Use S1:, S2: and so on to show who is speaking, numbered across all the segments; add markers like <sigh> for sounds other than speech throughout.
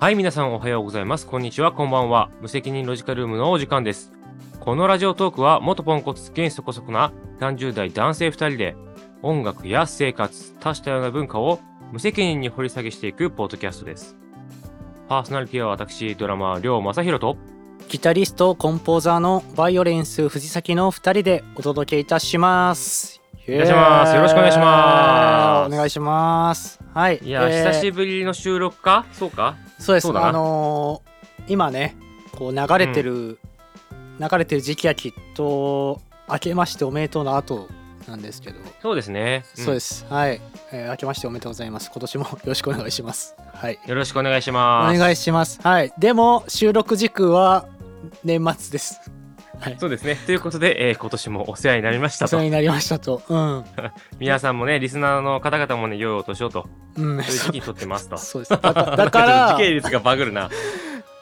S1: はい、皆さんおはようございます。こんにちは、こんばんは。無責任ロジカルームのお時間です。このラジオトークは、元ポンコツ現そこそこな30代男性2人で、音楽や生活、多種多様な文化を無責任に掘り下げしていくポッドキャストです。パーソナリティは私、ドラマー、りょうまさひろと、
S2: ギタリストコンポーザーのバイオレンス藤崎の2人でお届けいたしますい
S1: らっしゃいますよろしくお願いします
S2: お願いしますはい
S1: いや、久し
S2: ぶ
S1: ぶりの収録かそうか
S2: りそうです
S1: そうだな
S2: あのー今ねこう流れてる、流れてる時期はきっと明けましておめでとうの後なんですけど、
S1: そうですね。。
S2: そうですすはい、えー明けましておめでとうございます今年もよろしくお願いしますはい
S1: よろしくお願いし
S2: お
S1: ます。
S2: 願いしますはいでも収録時空は年末です
S1: そうですね。ということで、えー今年もお世話になりました
S2: お世
S1: と
S2: 話。になりましたとうん
S1: 皆さんもね、リスナーの方々もね、良いお年をと、
S2: うん、
S1: そういう時期に撮ってます
S2: <laughs>
S1: と。
S2: そうです。だか
S1: な
S2: だ
S1: んちょ
S2: か
S1: っと
S2: ら
S1: <laughs> 時、系列がバグるな。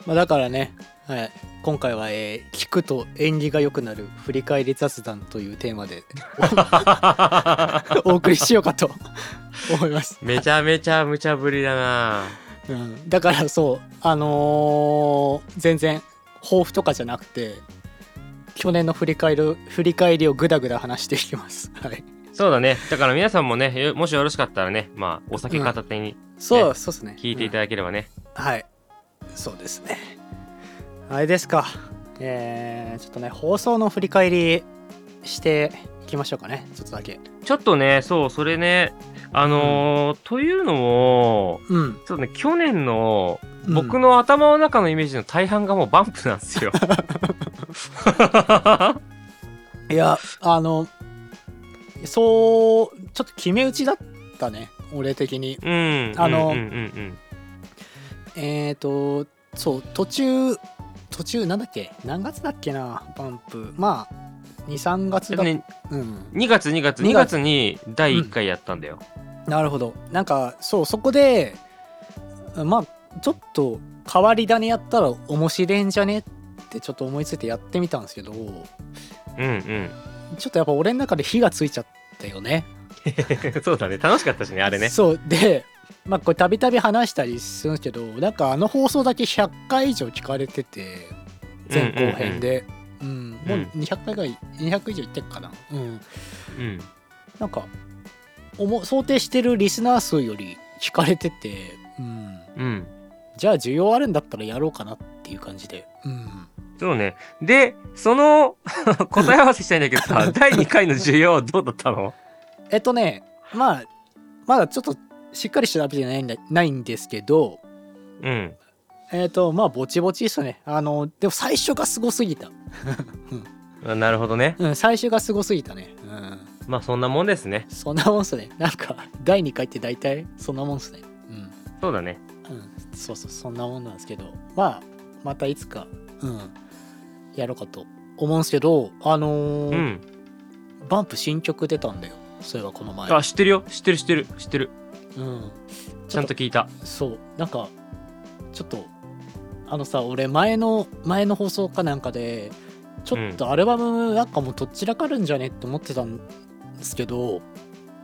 S2: まあ、だからね、はい、今回は、えー聞くと縁起が良くなる振り返り雑談というテーマ
S1: <laughs>
S2: でお送りしようかと <laughs> 思います。
S1: めちゃめちゃ無茶ぶりだな。
S2: うん、だからそう、あのー全然抱負とかじゃなくて、去年の振り返る振り返りをぐだぐだ話していきます。はい。
S1: そうだね。だから皆さんもね、よもしよろしかったらね、まあ、お酒片手に
S2: そう、
S1: ね
S2: そうですね。
S1: 聞いていただければね。
S2: はいそうですねあれですかえー、ちょっとね放送の振り返りしていきましょうかねちょっとだけ
S1: ちょっとね、そう、それね、あのーというのも、
S2: うん
S1: そうね、去年の
S2: うん
S1: 僕の頭の中のイメージの大半がもうバンプなんです <laughs> よ。
S2: いやあのそうちょっと決め打ちだったね俺的に
S1: うん。
S2: あの
S1: うんうんうん
S2: えーとそう途中途中なんだっけ何月だっけなバンプまあ23
S1: う
S2: 月
S1: ん。
S2: だ、
S1: でね、
S2: うん
S1: 2月2月
S2: 2
S1: 2
S2: 月
S1: 月に第1回やったんだよ。
S2: なるほどなんかそうそこでまあちょっと変わり種やったら面白いんじゃねってちょっと思いついてやってみたんですけどち
S1: うんうん。
S2: ょっとやっぱ俺の中で火がついちゃったよね
S1: <laughs> そうだね。楽しかったしね、あれね。
S2: そうでまあこれたびたび話したりするんですけどなんかあの放送だけ100回以上聞かれてて前後編でうんもううん200回ぐらい200以上いってっかなうん
S1: うんうんうん。
S2: なんかおも想定してるリスナー数より聞かれててうん
S1: うん。
S2: じゃあ需要あるんだったらやろうかなっていう感じで。うん。
S1: そうね。で、その <laughs> 答え合わせしたいんだけど <laughs> さ、第2回の需要はどうだったの
S2: えっとね、まあ、まだちょっとしっかり調べてないんだないんですけど、
S1: うん。
S2: えっと、まあ、ぼちぼちですね。あの、でも最初がすごすぎた。
S1: あなるほどね。
S2: うん、最初がすごすぎたね。うん。
S1: まあそんなもんですね。
S2: そんなもんっすね。なんか、第2回って大体そんなもんっすね。
S1: そうだね。
S2: うん。うん。そうそう、そんなもんなんですけど、まあ、またいつか、うん、やろうかと思うんですけど、あの
S1: う
S2: ー
S1: ん。
S2: バンプ新曲出たんだよ。そういえばこの前。
S1: あ、知ってるよ。知ってる知ってる。知ってる。
S2: うん。
S1: ちゃんと聞いた。
S2: そうなんかちょっとあのさ俺前の前の放送かなんかでちょっとアルバムなんかもうどちらかるんじゃねって思ってたんですけど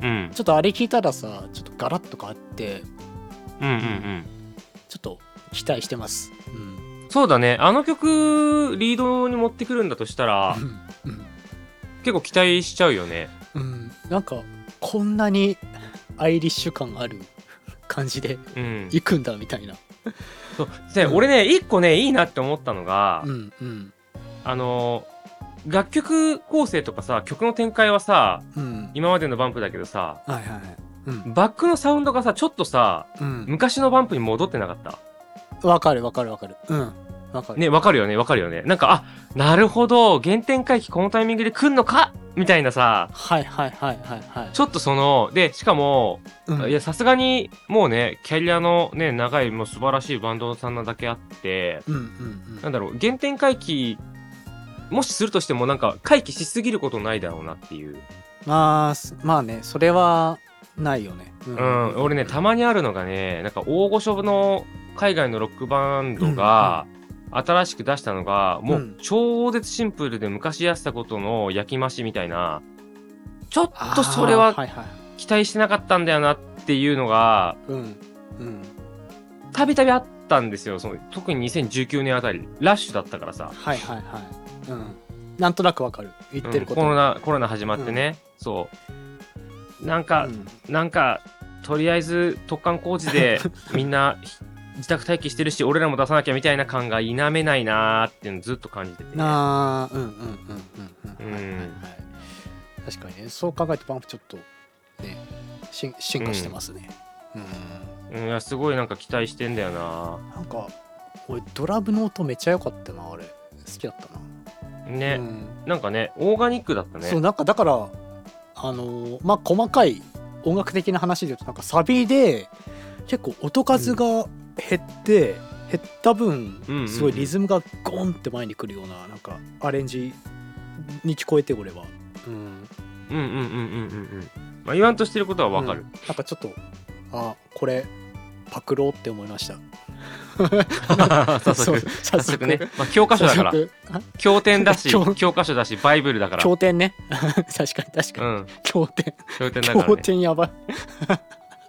S1: うん。
S2: ちょっとあれ聞いたらさちょっとガラッと変わって
S1: うんうん
S2: ちょっと期待してますうん
S1: うん。そうだね。あの曲、リードに持ってくるんだとしたら、
S2: うん
S1: 結構期待しちゃうよね。
S2: うんなんかこんなにアイリッシュ感ある感じで
S1: うん。
S2: いくんだみたいな
S1: そうで、
S2: うん
S1: 俺ね、一個ね、いいなって思ったのが、
S2: うんうん
S1: あのー、楽曲構成とかさ、曲の展開はさ、
S2: うん
S1: 今までのバンプだけどさ、
S2: はいはいはいうん
S1: バックのサウンドがさ、ちょっとさ、
S2: うん
S1: 昔のバンプに戻ってなかった。
S2: わかるわかるわかるうんわかる
S1: ね、わかるよね、わかるよね。なんか、あ、なるほど、原点回帰このタイミングで来んのかみたいなさ、
S2: はいはいはいはいはい
S1: ちょっとその、で、しかも、
S2: うん
S1: いや、さすがに、もうね、キャリアのね、長い、もう素晴らしいバンドさんなだけあって、
S2: うんうんう
S1: なん
S2: ん
S1: だろう、原点回帰、もしするとしても、なんか、回帰しすぎることないだろうなっていう。
S2: まあすまあねそれはないよねう
S1: うん、俺ね、たまにあるのがね、なんか大御所の海外のロックバンドが、新しく出したのが、も
S2: う
S1: うん超絶シンプルで昔やってたことの焼き増しみたいな、ちょっとそれは
S2: あーはいはい
S1: 期待してなかったんだよなっていうのが、
S2: うんうん
S1: たびたびあっったんですよその特に2019年あたりラッシュだったからさ、
S2: はいはいはいうんなんとなくわかる言ってること、
S1: うんコロナコロナ始まってね、そうなんか
S2: う、ん
S1: なんかとりあえず突貫工事
S2: <laughs>
S1: でみんな自宅待機してるし俺らも出さなきゃみたいな感が否めないなーっていうのずっと感じてて
S2: あーうんうんうんうんうんは
S1: う
S2: いはいはい
S1: ん
S2: 確かにねそう考えてパンプちょっとね進進化してますねうん、
S1: うんいやすごいなんか期待してんだよな
S2: なんか俺ドラムの音めちゃ良かったなあれ好きだったな、
S1: ね、
S2: うん
S1: なんかねオーガニックだったね
S2: そうなんかだからあのーまあ細かい音楽的な話で言うとなんかサビで結構音数が減って、減った分
S1: うんうんうん
S2: すごいリズムがゴンって前に来るようななんかアレンジに聞こえて俺は、うん、
S1: うんうんうんうんうんうんまあ言わんとしてることはわかる、
S2: なんかちょっとあこれパクろうって思いました
S1: <laughs> 早速
S2: <laughs> そう
S1: 早速ね、まあ、教科書だから
S2: 早速あ
S1: 経典だし
S2: <laughs> 教
S1: 教科書だしバイブル
S2: <laughs>
S1: だから
S2: 経典ね確かに確か
S1: う
S2: に、
S1: ん
S2: 経典
S1: 経典だから、
S2: 経
S1: ね、
S2: 典
S1: <laughs>
S2: やばい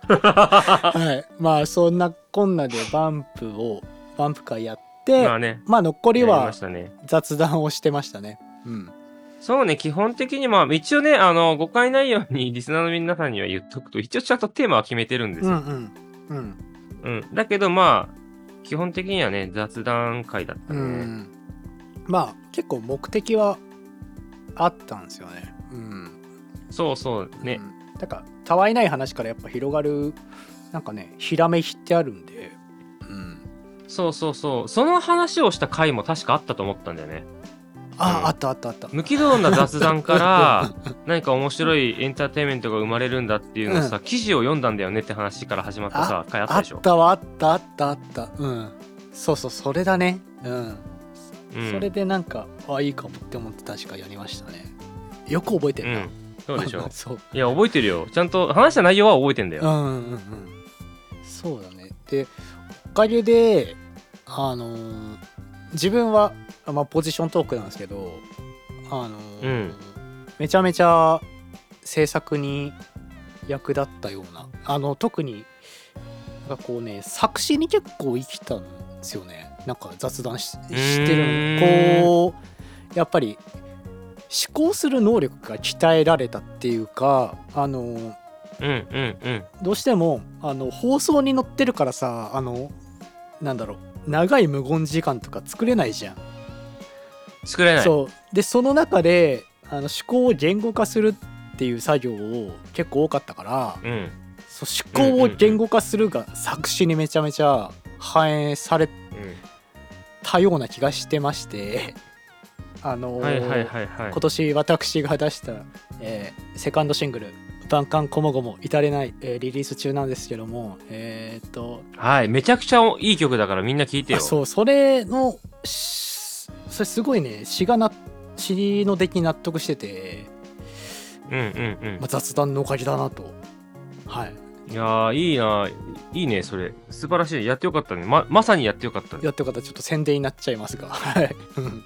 S2: はいまあそんなこんなでバンプをバンプ会やって、
S1: まあね
S2: まあ残り
S1: やり
S2: は
S1: ましたね
S2: 雑談をしてましたねうん
S1: そうね、基本的に、まあ、一応ね、あの、誤解ないように、リスナーの皆さんには言っとくと、一応ちゃんとテーマは決めてるんで
S2: う
S1: すよ。
S2: んうんうん
S1: うん。だけど、まあ、基本的にはね、雑談会だった
S2: う
S1: ね。
S2: んまあ結構目的はあったんですよねうん
S1: そうそう、ね。
S2: うん、だからたわいない話からやっぱ広がるなんかねひらめきってあるんで、うん、
S1: そうそうそう。その話をした回も確かあったと思ったんだよね。
S2: あ、
S1: うん
S2: あったあったあった
S1: 無軌道な雑談 <laughs> から、何か面白いエンターテインメントが生まれるんだっていうのをさ、記事を読んだんだよねって話から始まったさ、回あった
S2: あ
S1: でしょ
S2: っ。たわあったあったあったうんそうそうそれだねうん、
S1: うん、
S2: それでなんかあいいかもって思って確かやりましたねよく覚えて
S1: う
S2: るな、
S1: ん。そうでしょ。
S2: <laughs> そう
S1: いや、覚えてるよ。ちゃんと話した内容は覚えてんだ
S2: う
S1: よ。
S2: んうんうんそうだねでおかげであのー自分は、まあ、ポジショントークなんですけどあのー
S1: うん
S2: めちゃめちゃ制作に役立ったようなあの特になんかこうね作詞に結構生きたんですよねなんか雑談ししてる
S1: うー
S2: の
S1: ん
S2: こうやっぱり思考する能力が鍛えられたっていうかあのー
S1: うん、うん、うん。
S2: どうしてもあの放送に載ってるからさあのなんだろう長い無言時間とか作れないじゃん。
S1: 作れない。
S2: そうでその中であの思考を言語化するっていう作業を結構多かったから
S1: うん。
S2: そう思考を言語化するが作詞にめちゃめちゃ反映されたような気がしてまして <laughs> あの、
S1: はいはいはいはい
S2: 今。年私が出した、えーセカンドシングル「万感こもごも至れない、えーリリース中なんですけどもえーっと
S1: はい、めちゃくちゃいい曲だからみんな聴いてよ。
S2: あそうそれのしそれすごいね詩がな詩の出来に納得してて、
S1: うんうん
S2: まあ、雑談のおかげだなとはい
S1: うん。いやー、いいな、いいね、それ。素晴らしい。やってよかったね。ま、まさにやってよかったね。
S2: やってる方ちょっと宣伝になっちゃいますがはいうん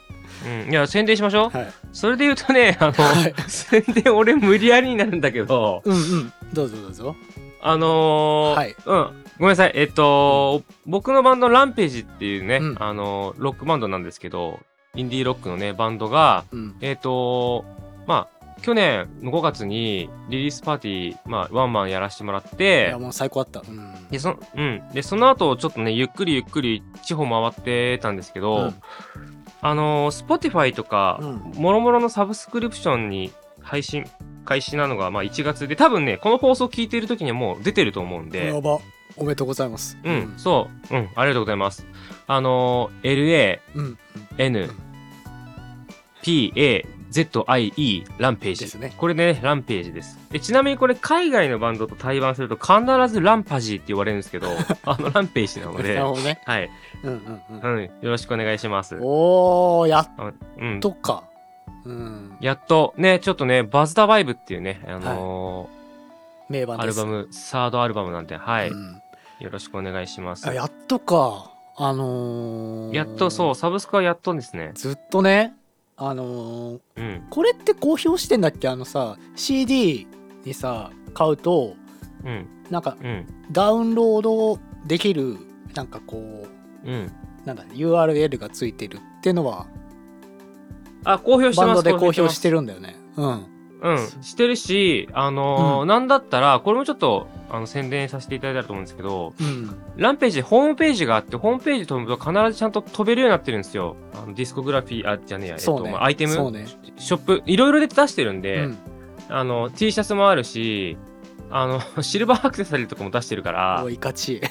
S1: うん。いや、宣伝しましょう。
S2: はい
S1: それで言うとね、あの、
S2: はい
S1: 宣伝俺無理やりになるんだけど、
S2: うんうんどうぞどうぞ
S1: あのー、
S2: はい
S1: うん。ごめんなさい。えっと、僕のバンド、ランページっていうね、
S2: うん
S1: あの、ロックバンドなんですけど、インディーロックのね、バンドが、
S2: うん
S1: えっ、と、まあ、去年の5月にリリースパーティー、まあ、ワンマンやらせてもらっ
S2: い
S1: て
S2: や、もう最高だったうん
S1: で、そ、うん。で、その後、ちょっとね、ゆっくりゆっくり地方回ってたんですけど、
S2: うん
S1: あのー、Spotify とか、
S2: う
S1: もろもろのサブスクリプションに配信、開始なのが、まあ、1月で、多分ね、この放送聞いてる時にはもう出てると思うんで
S2: や、ばおめでとうございます
S1: うん、そう、うん、ありがとうございます。あのー、LA、
S2: うんうん、
S1: N、P、A、Z、I、E、ランページ。
S2: ですね
S1: これね、ランページです。でちなみにこれ、海外のバンドと対バンすると、必ずランパジーって言われるん
S2: <laughs>
S1: ですけど、あの、ランページなの
S2: な
S1: で
S2: <laughs> る、ほどね
S1: はい、
S2: うんうん
S1: う
S2: うん
S1: ん、よろしくお願いします。
S2: おおやっ
S1: うん。
S2: とかうん
S1: やっと、ね、ちょっとね、バズダバイブっていうね、あの
S2: 名
S1: ー
S2: 盤
S1: ア
S2: で
S1: ル
S2: す
S1: バム、サードアルバムなんで、はい、
S2: うん
S1: よろしくお願いします
S2: あ。やっとかあのー
S1: やっと、そう、サブスクはやっとんですね。
S2: ずっとねあのー
S1: うん、
S2: これって公表してんだっけあのさ CD にさ買うと
S1: うん、
S2: なんか
S1: うん。
S2: ダウンロードできるなんかこう
S1: うん。
S2: なんだ URL がついてるってのは
S1: あ、公表して
S2: バン
S1: ま
S2: ド
S1: す。
S2: で公表
S1: ま
S2: し
S1: す
S2: てるんだよねうん
S1: うん、してるし、あのー
S2: う
S1: なんだったら、これもちょっと、あの、宣伝させていただいたらと思うんですけど、
S2: うん
S1: ランページ、ホームページがあって、ホームページ飛ぶと必ずちゃんと飛べるようになってるんですよ。あのディスコグラフィー、あ、じゃねえや、えっ
S2: そう
S1: と、
S2: ね
S1: まあアイテム、
S2: そうね
S1: ショップ、いろいろで出してるん
S2: う
S1: で、
S2: ん
S1: あの、T シャツもあるし、あの、 <laughs> シルバーアクセサリーとかも出してるから
S2: お、いかち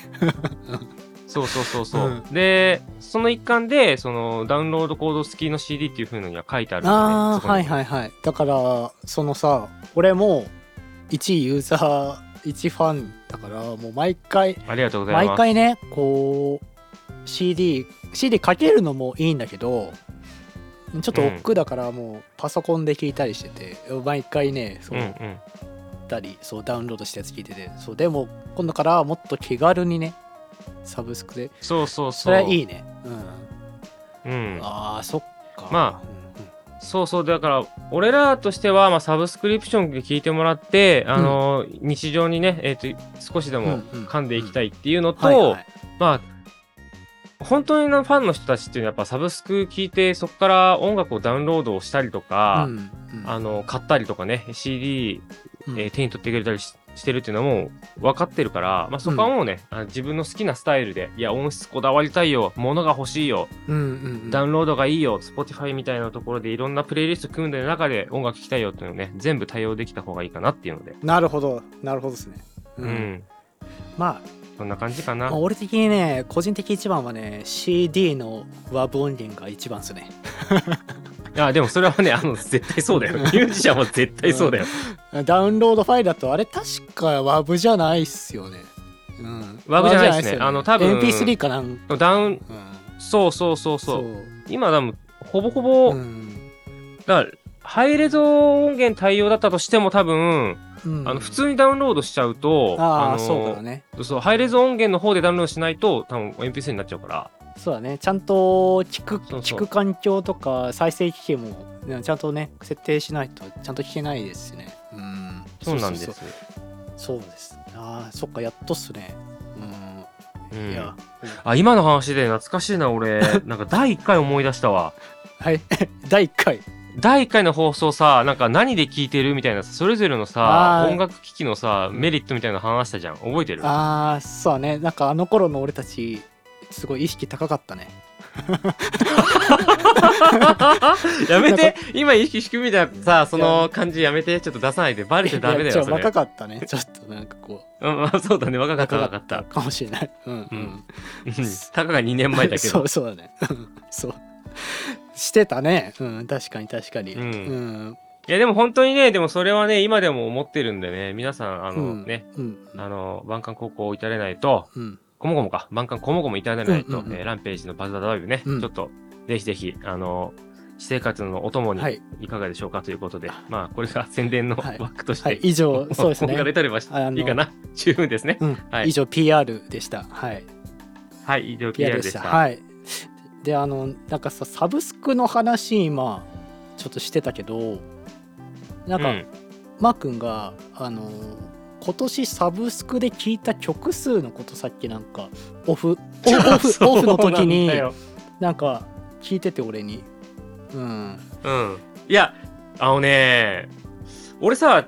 S1: そうそうそうそう。
S2: うん
S1: で、その一環で、その、ダウンロードコード付きの CD っていう風のには書いてあるんで、ね、
S2: ああ
S1: そこに
S2: はいはいはいだからそのさ俺も一ユーザー一ファンだからもう毎回
S1: ありがとうござい
S2: 毎
S1: ます。
S2: 回ねこう CD CD かけるのもいいんだけどちょっと億劫だからもうパソコンで聞いたりしてて、毎回ねそううんや
S1: うん。
S2: ったり、そうダウンロードしたやつ聞いててそうでも今度からはもっと気軽にねサブスクで
S1: そうそうそう。
S2: それはいいねうん、
S1: うん。
S2: あーそっか
S1: まそうそう。だから、俺らとしては、まあ、サブスクリプションで聞いてもらって、あのー日常にね、えっ、と、少しで
S2: あ
S1: も噛んでいきたいっていうのと、
S2: はいはい
S1: まあ、本当にファンの人たちっていうのはやっぱサブスク聞いてそこから音楽をダウンロードをしたりとか、
S2: うんうん
S1: あの買ったりとかね CD、
S2: うん
S1: えー手に取ってくれたりししてるっていうのはもう分かってるから、まあ、そこはもうね、あの自分の好きなスタイルでいや音質こだわりたいよ物が欲しいよ
S2: うんうんうん
S1: ダウンロードがいいよ Spotify みたいなところでいろんなプレイリスト組んでる中で音楽聴きたいよっていうのをね全部対応できた方がいいかなっていうので、
S2: なるほどなるほどですね、
S1: うん
S2: ま
S1: そんな感じか
S2: あ、
S1: な
S2: まあ。俺的にね個人的一番はね CD の WAV 音源が一番ですね
S1: あでもそれはねあの絶対
S2: <laughs>
S1: そうだよミュージシャンは絶対そうだよ。
S2: ダウンロードファイルだとあれ確か WAV じゃないっすよねうん、
S1: WAV じゃないっすね
S2: っよ
S1: あの多分
S2: MP3 かなんか、
S1: ダウン、
S2: うん、
S1: そうそうそうそう。今多分、ほぼほ
S2: そ
S1: ぼ、
S2: ううん
S1: だから、ハイレゾ音源対応だったとしても多分、
S2: うん
S1: あの普通にダウンロードしちゃうと、
S2: ああ
S1: の
S2: そうだよね
S1: そうハイレゾ音源の方でダウンロードしないと、多分 MP3 になっちゃうから。
S2: そうだねちゃんと聞く
S1: そうそう
S2: 聞く環境とか再生機器もねちゃんとね設定しないとちゃんと聞けないですしねうん
S1: そうなんです。
S2: そううそうそうですああそっかやっとっすねうん
S1: ん
S2: いや、
S1: あ今の話で懐かしいな
S2: <laughs>
S1: 俺なんか第1回思い出したわ
S2: はい、 <laughs> 第1回。
S1: 第1回の放送さなんか何で聴いてるみたいなさそれぞれのさ
S2: あー
S1: 音楽機器のさメリットみたいなの話したじゃん覚えてる
S2: ああ、そうね、なんかあの頃の俺たち、すごい意識高かったね。
S1: <laughs> やめ
S2: なん
S1: て今意識低みたいなさその感じやめてちょっと出さないでバレてダメだ
S2: いや
S1: よ
S2: ち
S1: そ
S2: ょ
S1: れ
S2: 若かったね、ちょっとなんかこう。
S1: うんまあそうだね若かった若かった
S2: かもしれない。うんうん。
S1: うんたかが2年前だけ
S2: <laughs> そ
S1: ど
S2: うそうだね。うんそう。してたね。うん、確かに確かに。
S1: うん
S2: ん。
S1: いやでも本当にねでもそれはね今でも思ってるんでね皆さんあ
S2: う
S1: の
S2: ん。
S1: ね。
S2: うん。
S1: あの万感高校を至れないと
S2: うん。
S1: こもごもか万感こもごも至れないと
S2: うんうんうん
S1: えーランページのバズダダビブねち
S2: うん
S1: ょっとぜひぜひあの私生活のお供に
S2: はい
S1: いかがでしょうかということでまあこれが宣伝の
S2: はい
S1: 枠とし
S2: はい
S1: て、
S2: 以上、そうです
S1: が出
S2: ね。
S1: たりまし
S2: あの
S1: いいかな十分ですね
S2: うん
S1: は。い
S2: 以上、PR でした。はい。
S1: はい以上
S2: PR
S1: PR
S2: で
S1: で
S2: し
S1: したた
S2: はいであのなんかさサブスクの話今ちょっとしてたけどなんか、
S1: うん
S2: マー君があの今年サブスクで聴いた曲数のことさっきなんか
S1: <laughs>
S2: オフオフオフオフの時
S1: そう
S2: に
S1: なんだよ
S2: なんか聞いてて俺にうん
S1: うんいやあのね俺さ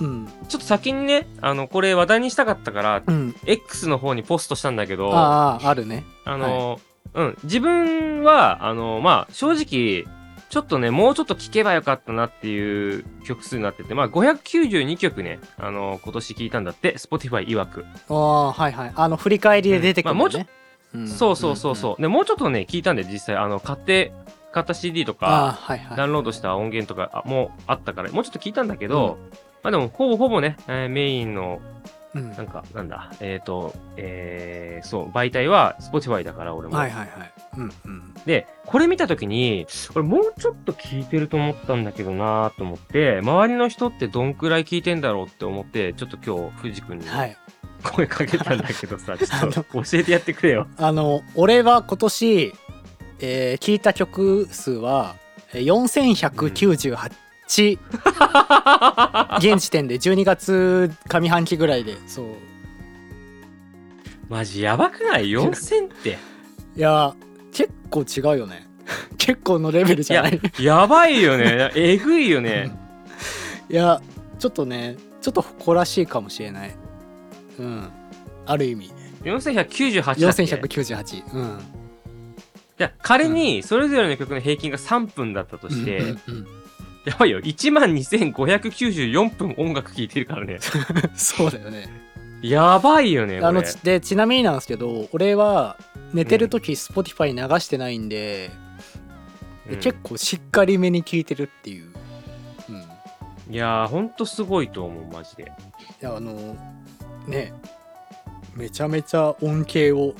S2: うん
S1: ちょっと先にねあのこれ話題にしたかったから
S2: うん
S1: X の方にポストしたんだけどあ
S2: あああるね
S1: の、うん自分はあのまあ正直ちょっとねもうちょっと聴けばよかったなっていう曲数になっててまあ592曲ねあの今年聴いたんだって Spotify 曰く、
S2: ああはいはいあの振り返りで出てくる
S1: うんまあも
S2: の
S1: うちょ
S2: ね、ん
S1: そうそうそうそう、でもうちょっとね聴いたんで実際あの買って買った CD とか
S2: ああはいはい
S1: ダウンロードした音源とかあもうあったから、もうちょっと聞いたんだけど、まあでも、ほぼほぼね、えーメインの、
S2: うん
S1: な
S2: は
S1: んか、なんだ、えっ、と、えーそう、媒体は Spotify だから、俺も。
S2: いはいはいうんうん
S1: で、これ見たときに、俺もうちょっと聞いてると思ったんだけどなーと思って、周りの人ってどんくらい聞いてんだろうって思って、ちょっと今日、藤君に
S2: はい
S1: 声かけたんだけど
S2: <laughs>
S1: さ、ちょっと教えてやってくれよ。
S2: あの俺は今年、えー聞いた曲数はえー4198、現時点で12月上半期ぐらいでそう
S1: マジやばくない ?4000 って。
S2: いや結構違うよね <laughs> 結構のレベルじゃないい
S1: やばいよねえぐいよ
S2: <laughs>
S1: ね
S2: やちょっとねちょっと誇らしいかもしれないうんある意味
S1: 4198だっけ
S2: 4198うん
S1: じゃあ仮にそれぞれの曲の平均が3分だったとして、
S2: うんうん <laughs>
S1: やばいよ1万2594分音楽聴いてるからね
S2: うんそうだよね
S1: やばいよねこれ
S2: あのちでちなみになんですけど俺は寝てる時 Spotify 流してないんで、
S1: うん
S2: 結構しっかりめに聞いてるっていう、うん、い
S1: いやーほんとすごいと思うマジで
S2: やあのねめちゃめちゃ恩恵を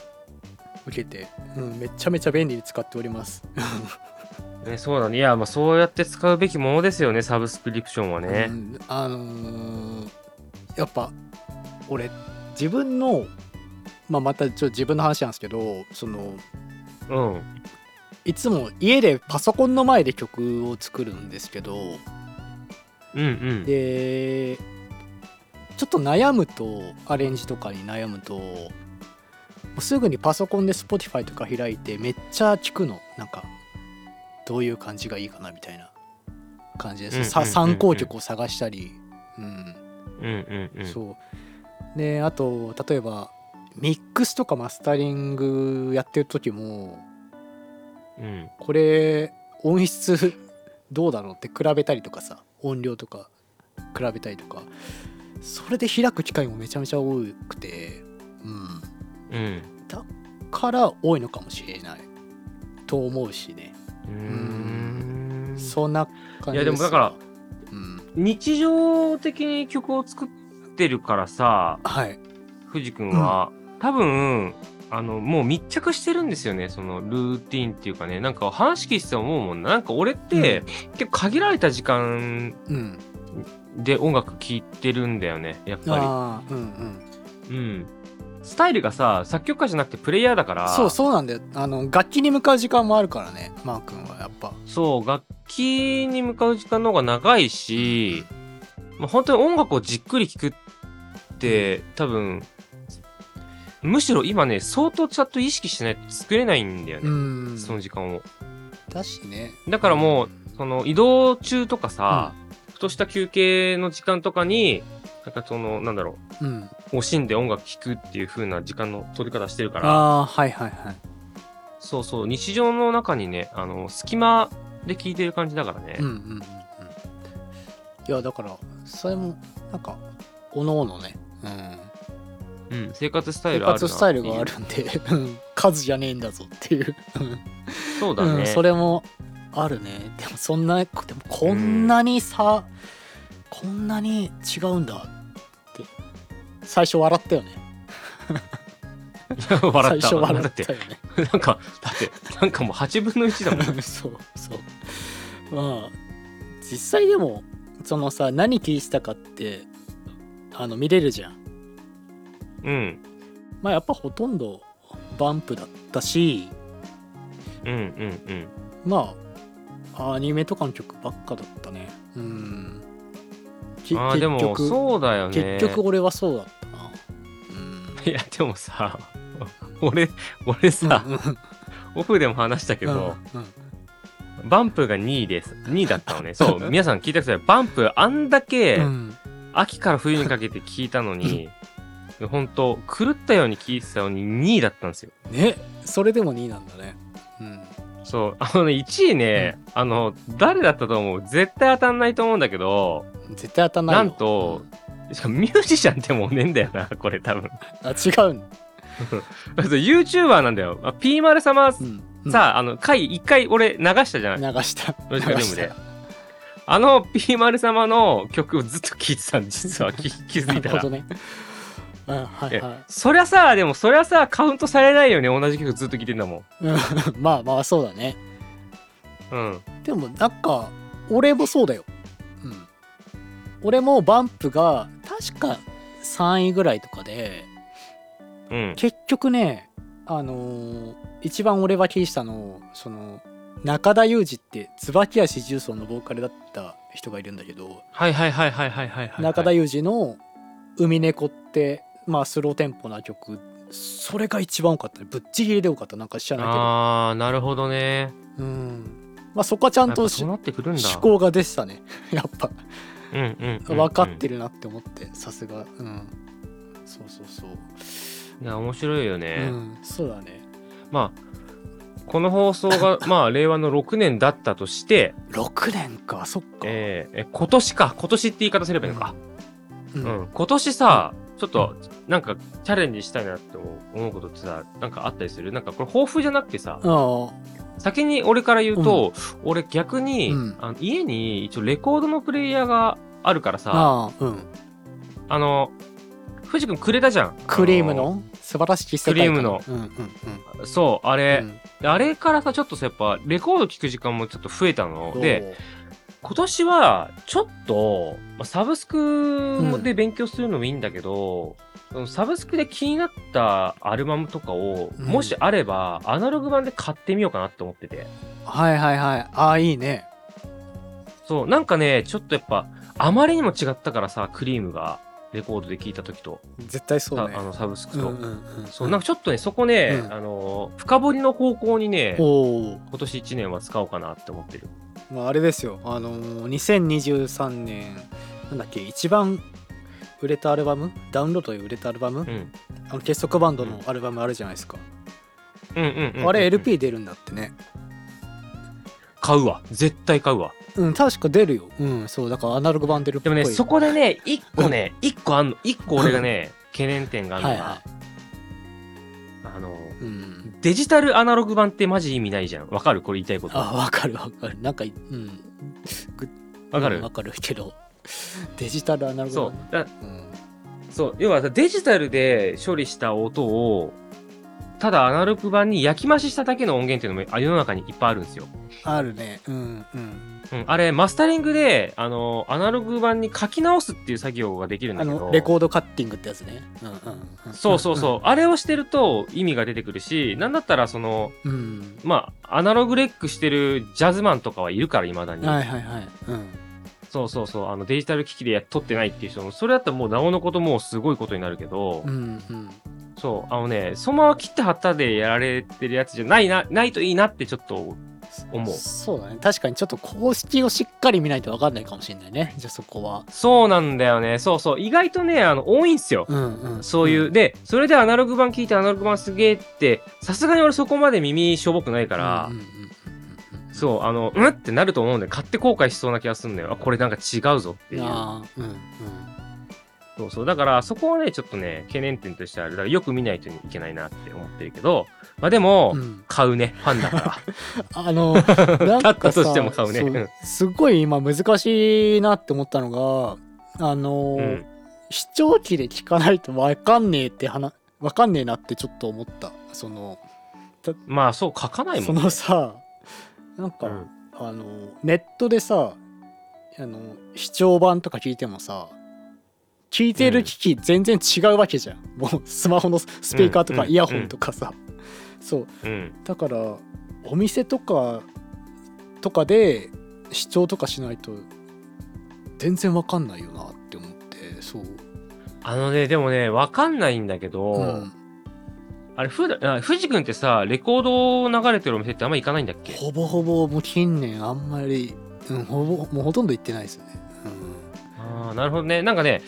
S2: 受けて、うん、めちゃめちゃ便利に使っております、
S1: ね、そうだね。いや、まあ、そうやって使うべきものですよね、サブスクリプションはね
S2: う。ん、あのーやっぱ俺自分のまあまたちょっと自分の話なんですけどその
S1: うん。
S2: いつも家でパソコンの前で曲を作るんですけど、
S1: うんうん。
S2: でちょっと悩むとアレンジとかに悩むともうすぐにパソコンで Spotify とか開いてめっちゃ聞くのなんかどういう感じがいいかなみたいな感じです、
S1: うん
S2: さ
S1: うんうんうん
S2: 参考曲を探したり、うん
S1: うんうんうん。
S2: そうであと例えばミックスとかマスタリングやってる時も
S1: うん。
S2: これ音質 <laughs> どうだろうって比べたりとかさ音量とか比べたりとかそれで開く機会もめちゃめちゃ多くてう
S1: う
S2: ん
S1: ん。
S2: から多いのかもしれないと思うしね、
S1: うーん。
S2: そんな感じす
S1: いやでもだから、
S2: うん、
S1: 日常的に曲を作ってるからさ、
S2: はい
S1: 藤君は、多分、あの、もう密着してるんですよね、そのルーティンっていうかね。なんか話聞いてて思うもんな。なんか俺って、
S2: う
S1: 結構限られた時間
S2: うん
S1: で音楽聴いてるんだよね、やっぱり。
S2: ああうんうん
S1: うん、スタイルがさ作曲家じゃなくてプレイヤーだから
S2: そうそうなんだよあの楽器に向かう時間もあるからねマー君はやっぱ
S1: そう楽器に向かう時間の方が長いし、まあ、本当に音楽をじっくり聴くって多分むしろ今ね相当ちゃんと意識しないと作れないんだよ
S2: う
S1: ね、
S2: ん
S1: その時間を
S2: だしね
S1: だからもう
S2: うん
S1: その移動中とかさ、ふとした休憩の時間とかになんかそのなんだろ
S2: うん
S1: う惜しんで音楽聴くっていう風な時間の取り方してるから
S2: ああはいはいはい
S1: そうそう、日常の中にね、あの、隙間で聞いてる感じだからね
S2: うん。うんうんうんいやだからそれもなんかおのおのね、うん、
S1: うん生活スタイ
S2: 生
S1: ルあるな
S2: 活スタイルがあるんでうん数じゃねえんだぞっていう
S1: そうだ
S2: う
S1: ね。
S2: ん、それもあるねでもそんなでもこんなにさ、こんなに違うんだって最初笑ったよね
S1: <laughs> 笑った。
S2: 最初笑
S1: だ
S2: っ
S1: って
S2: た、よね
S1: なんか、だって、なんかもう8分の1だもん。
S2: <laughs> そうそうまあ実際でもそのさ何聞いてたかってあの見れるじゃん
S1: うん。
S2: まあやっぱほとんどバンプだったし
S1: うんうん
S2: まあアニメとかの曲ばっかだったねうん
S1: う
S2: き
S1: ん。ああ、でも、そうだよね。
S2: 結局俺はそうだったなうん
S1: いや、でもさ、 <laughs> 俺、俺さ、
S2: うんうん
S1: オフでも話したけ <laughs> ど、
S2: うん
S1: バンプが2位です。2位だったの
S2: <laughs>
S1: ね。そう、皆さん聞いてください。バンプ、あんだけ、
S2: うん
S1: 秋から冬にかけて聞いたのに、本当狂ったように聞いてたのに2位だったんですよ。
S2: ねそれでも2位なんだねうん
S1: そう、あのね、1位ね、あの、誰だったと思う絶対当たんないと思うんだけど、
S2: 絶対当たんないよ
S1: なんとしかもミュージシャンでもねえんだよな、 <laughs> これ多分。
S2: うんあ違うん
S1: そう YouTuber なんだよ。あ P 丸様、
S2: うんうん
S1: さ、あの、回、1回俺流したじゃ
S2: 流
S1: ない。
S2: した
S1: ロジカルルームで
S2: 流し。
S1: あの P 丸様の曲をずっと聴いてたん実
S2: <laughs>
S1: は気気づ
S2: たないる
S1: た
S2: ほ
S1: ら
S2: ど。ねうんはいは
S1: そりゃさ、でもそりゃさ、カウントされないよね、同じ曲ずっと聴いてんだもん。
S2: いうん <laughs> まあまあそうだね
S1: うん。
S2: でもなんか俺もそうだよ、うん、俺もバンプが確か3位ぐらいとかで
S1: うん。
S2: 結局ねあのー一番俺は聞いてたのその中田裕二って椿足重曹のボーカルだった人がいるんだけど、
S1: はいはいはいはいはいはいはい。
S2: 中田裕二の「海猫」ってまあスローテンポな曲それが一番多かったねぶっちぎりで多かったなんか知らない
S1: ああ、なるほどね。
S2: けどうんまあそこはちゃん
S1: やっ
S2: と
S1: ぱそうなってくるんだ。
S2: 思考が出てたね <laughs> やっぱ
S1: うんうんうん。
S2: 分かってるなって思ってさすがうんそうそうそう、
S1: いや、面白いよね。
S2: うんそうだね
S1: まあ、この放送
S2: <laughs>
S1: が、まあ、令和の6年だったとして、
S2: 6年かそっか、
S1: えーえ今年か、今年って言い方すればいいのか。
S2: う
S1: うんん。今年さ、ちょっと、なんか、チャレンジしたいなって思うことってさ、なんかあったりするなんか、これ、抱負じゃなくてさ、
S2: ああ
S1: 先に俺から言うと、俺逆に、
S2: うん
S1: あの家に一応レコードのプレイヤーがあるからさ、あ
S2: ああうん
S1: の、藤君くれたじゃん。
S2: クリームの素晴らしき世界観
S1: クリームの
S2: うんうんうん
S1: あのそう、あれ、
S2: うん
S1: であれからさ、ちょっとさ、やっぱ、レコード聴く時間もちょっと増えたの
S2: ど。う
S1: で、今年は、ちょっと、まあサブスクで勉強するのもいいんだけど、そのサブスクで気になったアルバムとかを、
S2: うん
S1: もしあれば、アナログ版で買ってみようかなって思ってて。
S2: はいはいはいああいいね
S1: そう、なんかね、ちょっとやっぱ、あまりにも違ったからさ、クリームが、レコードで聞いた時と、
S2: 絶対そうね
S1: さあの、サブスク
S2: うん
S1: と。
S2: うんうん
S1: そう、なんかちょっとね、そこね、
S2: うん
S1: あの、深掘りの方向にね、
S2: おお、
S1: 今年1年は使おうかなって思ってる。
S2: まあ、あれですよあのー2023年なんだっけ一番売れたアルバムダウンロードで売れたアルバム、
S1: うん。
S2: あの結束バンドのアルバムあるじゃないですか、
S1: うんうんうんうん
S2: あれ LP 出るんだってね
S1: 買うわ。絶対買うわ。
S2: うん確か出るようんそうだからアナログ版出るっぽ
S1: で
S2: い
S1: もね、そこでね、一個ね、一個あんの、一個俺がね、
S2: <laughs>
S1: 懸念点があるの
S2: はい
S1: が、
S2: は
S1: あの、
S2: いうん
S1: デジタルアナログ版ってマジ意味ないじゃん。わかるこれ言いたいこと。
S2: あ
S1: わ
S2: わかるわかるなんかうん
S1: か
S2: うん
S1: る
S2: わかるけどデジタルアナログ
S1: そう
S2: 版。
S1: だ
S2: うん
S1: そう。要はさ、デジタルで処理した音を、ただアナログ版に焼き増ししただけの音源っていうのもあ世の中にいっぱいあるんですよ。
S2: あるねうんうん
S1: うん、あれ、マスタリングで、あの、アナログ版に書き直すっていう作業ができるん
S2: あ
S1: だけど。
S2: のレコードカッティングってやつねうんうんうん
S1: そうそうそう、あれをしてると意味が出てくるし、なんだったらその、
S2: うんうん
S1: まあ、アナログレックしてるジャズマンとかはいるから、未だに。
S2: はいはいはいうん
S1: そうそうそう、あのデジタル機器でやっ撮ってないっていう人も、それだったらもうなおのこともうすごいことになるけど、
S2: うんうん
S1: そう、あのね、そのまま切って貼ったでやられてるやつじゃないな、ないといいなってちょっと思う。
S2: そうだね確かにちょっと公式をしっかり見ないと分かんないかもしれないねじゃあそこは
S1: そうなんだよね。そうそう。意外とね、あの、多いんすよ。
S2: うんうん
S1: そういう。
S2: ん
S1: で、それでアナログ版聞いてアナログ版すげえって、さすがに俺そこまで耳しょぼくないから、
S2: うんうんうんうんうん
S1: そう、あの、うんってなると思うんで、買って後悔しそうな気がするんだよ。あ、これなんか違うぞっていう。
S2: ああうんうん
S1: そうそう。だから、そこはね、ちょっとね、懸念点としてある。だから、よく見ないといけないなって思ってるけど、まあでも、
S2: うん
S1: 買うね。ファンだ
S2: <laughs>
S1: から。<laughs>
S2: あのなん
S1: だっ
S2: か
S1: た
S2: さ
S1: としても買うね
S2: そ
S1: うん
S2: すごい今難しいなって思ったのがあの、
S1: うん。
S2: 視聴器で聞かないと分かんねえって話分かんねえなってちょっと思ったその
S1: まあ、そう、書かないも
S2: そ
S1: んね。
S2: のさなんか、
S1: うん
S2: あのネットでさあの視聴版とか聞いてもさ聞いてる機器全然違うわけじゃん、もうスマホのススピーカーと
S1: う
S2: か
S1: ん
S2: イヤホンとかさ、そう
S1: うん。
S2: だからお店とかとかで視聴とかしないと全然わかんないよなって思ってそう、
S1: あのね、でもね、わかんないんだけど、
S2: うん
S1: あれ、ふだ、あ藤君ってさ、レコード流れてるお店ってあんま行かないんだっけ
S2: ほぼほぼもう近年あんまり、うん、ほぼもうほとんど行ってないですよね、
S1: ああ、なるほどね。なんかね、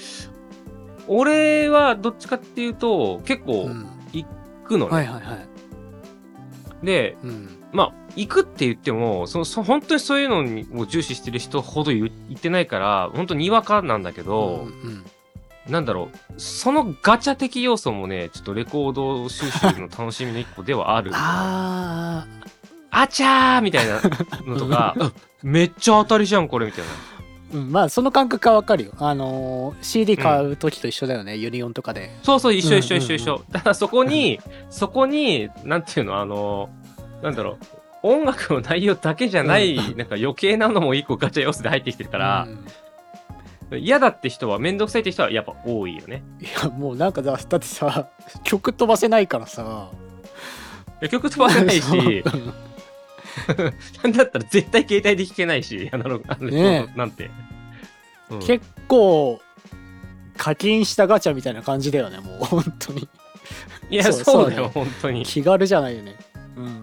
S1: 俺はどっちかっていうと、結
S2: うん
S1: 構
S2: うん
S1: 行くのね。
S2: はいはいはい
S1: で、
S2: うん
S1: まあ、行くって言っても、そのそ本当にそういうのにを重視してる人ほど言う言ってないから、本当にわかなんだけど
S2: う、んうん
S1: なんだろう、そのガチャ的要素もね、ちょっとレコード収集の楽しみの一個ではある。
S2: あ
S1: あちゃーみたいなのとか、うんめっちゃ当たりじゃん、これみたいな。
S2: ーうん、まあその感覚はわかるよ。あのー CD 買う時と一緒だよね、ユニオンとかで。
S1: そうそう、一緒一緒
S2: うん
S1: 一緒一緒。だからそこに、そこに、なんていうの、あの、なんだろう。音楽の内容だけじゃない、なんか余計なのも一個ガチャ要素で入ってきてるから
S2: う、ん
S1: 嫌だって人は、めんどくさいって人はやっぱ多いよね。
S2: いやもうなんかだだってさ曲飛ばせないからさ。
S1: 曲飛ばせない
S2: <laughs> そう
S1: し、なんだったら絶対携帯で弾けないし、アナログ、あの
S2: ね
S1: なんて。うん
S2: 結
S1: <laughs>
S2: 構課金したガチャみたいな感じだよねもう本当に。
S1: いや、
S2: そう
S1: そうだよ、
S2: そう
S1: 本当に。
S2: 気軽じゃないよねうん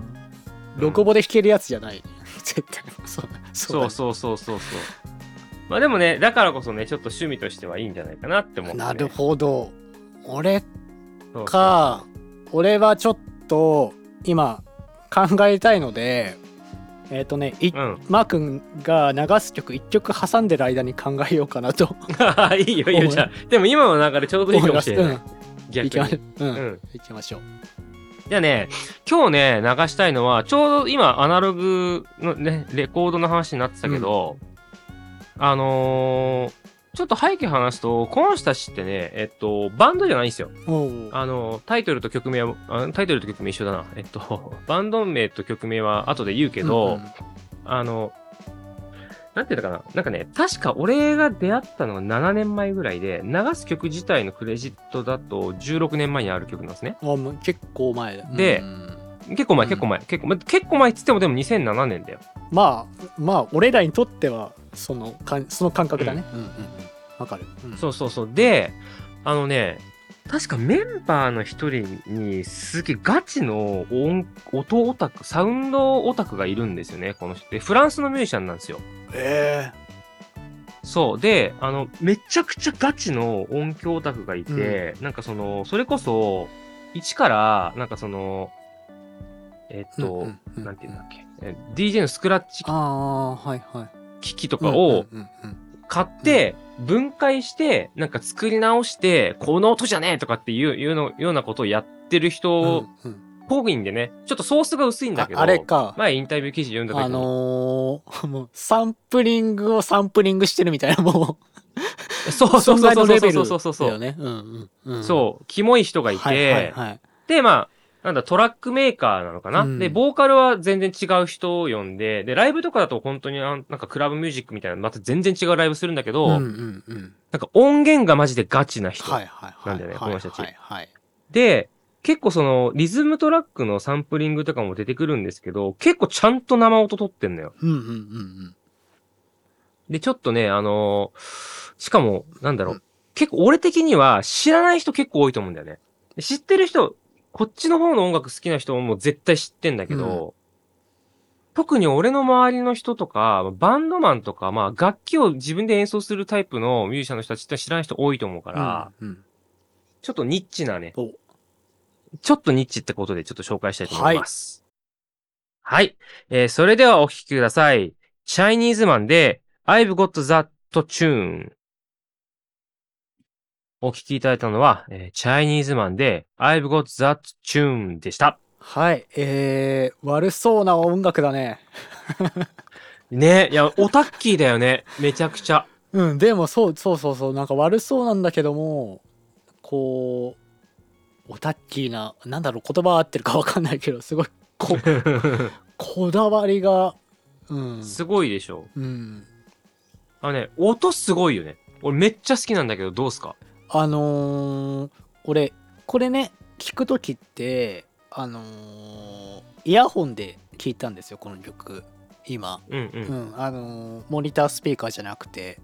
S2: ロコボで弾けるやつじゃない、絶対そう
S1: そう
S2: そ
S1: そうそうそうそう。まあでもね、だからこそね、ちょっと趣味としてはいいんじゃないかなって思っ
S2: う
S1: て、
S2: なるほど俺
S1: ど
S2: か俺はちょっと今考えたいのでえっ、とねい、
S1: うん。 <laughs>
S2: マー君が流す曲1曲挟んでる間に考えようかなと
S1: いいよ、いいよ、じゃあ。でも今の流れちょうどいいか
S2: 思い
S1: も
S2: ま
S1: し
S2: す。
S1: れ
S2: う
S1: ない。
S2: ん、
S1: 逆
S2: いきましょ
S1: に。
S2: う。うん
S1: うん。
S2: 行きましょう。
S1: じゃあね、今日ね、流したいのは、ちょうど今、アナログのね、レコードの話になってたけど、あのーちょっと背景話すと、この人たちってね、えっと、バンドじゃないんですよ。
S2: おう
S1: あの、タイトルと曲名は、あタイトルと曲名一緒だな。えっと、バンド名と曲名は後で言うけど、
S2: うんうん
S1: あの、なんていうのかな、なんかね、確か俺が出会ったのが7年前ぐらいで、流す曲自体のクレジットだと16年前にある曲なんですね。
S2: あもう結構前だ。
S1: で
S2: うん
S1: 結構前、
S2: うん
S1: 結構前、結構前、結構前っつってもでも2007年だよ。
S2: まあまあ俺らにとってはそのかんその感覚だね。うんうんうんわかる。うん
S1: そうそうそう。で、あのね、確かメンバーの一人にすげえガチの音音オタク、サウンドオタクがいるんですよね、この人。で、フランスのミュージシャンなんですよ。
S2: え
S1: そう。で、あの、めちゃくちゃガチの音響オタクがいて、なんかその、それこそ、一から、なんかその、えっ
S2: え
S1: と、なんていうんだっけ、え DJ のスクラッチ
S2: ああはいはい。
S1: 機器とかを
S2: うんうんうん
S1: 買って、分解して、なんか作り直して、この音じゃねえとかっていう、いうの、ようなことをやってる人、
S2: うんうん
S1: 個人でね、ちょっとソースが薄いんだ
S2: あ
S1: けど、
S2: あれか。
S1: 前インタビュー記事読んだ時に、
S2: あのー、もうサンプリングをサンプリングしてるみたいなも
S1: <laughs> そう
S2: う
S1: そう
S2: 存在
S1: そ
S2: の
S1: うそ
S2: レ
S1: うそ
S2: ベ
S1: う
S2: ル
S1: そうそう
S2: だ
S1: そう、
S2: よね。うんうんうん。
S1: そう、キモい人がいて、
S2: はいはいはい。
S1: で、まあ、なんだ、トラックメーカーなのかな、
S2: うん
S1: で、ボーカルは全然違う人を呼んで、で、ライブとかだと本当にあんなんかクラブミュージックみたいな、また全然違うライブするんだけど、
S2: うんうんうん。
S1: なんか音源がマジでガチな人。
S2: はいはいは
S1: な
S2: い。
S1: んだよねこの人たち
S2: はいはい。
S1: で、結構その、リズムトラックのサンプリングとかも出てくるんですけど、結構ちゃんと生音取ってんのよ。
S2: うんうんうん
S1: で、ちょっとね、あのーしかも、なんだろう、結構俺的には知らない人結構多いと思うんだよね。で知ってる人、こっちの方の音楽好きな人ももう絶対知ってんだけど、特に俺の周りの人とか、バンドマンとか、まあ楽器を自分で演奏するタイプのミュージシャンの人たちって知らない人多いと思うか
S2: うん。
S1: ら、
S2: うんうん
S1: ちょっとニッチなね
S2: お、
S1: ちょっとニッチってことでちょっと紹介したいと思います。はい。えーそれではお聴きください。チャイニーズマンで I've Got That Tune。お聴きいただいたのは、えーチャイニーズマンで I've Got That Tune でした。
S2: はい、えー、悪そうな音楽だね。
S1: ねいや、オタッキーだよね。めちゃくちゃ。
S2: うん、でもそうそうそうそう、なんか悪そうなんだけども、こう、オタッキーな、なんだろう、言葉合ってるかわかんないけど、すごい、こ、
S1: <laughs>
S2: こだわりが、うん、
S1: すごいでしょ。
S2: うん。
S1: あのね、音すごいよね。俺めっちゃ好きなんだけど、どうすか
S2: あのー、俺、これね、聞くときって、あのー、イヤホンで聞いたんですよ、この曲、今。
S1: うん
S2: う、
S1: うん
S2: あのーモニタースピーカーじゃなくて、